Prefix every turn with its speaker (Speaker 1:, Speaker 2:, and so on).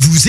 Speaker 1: Vous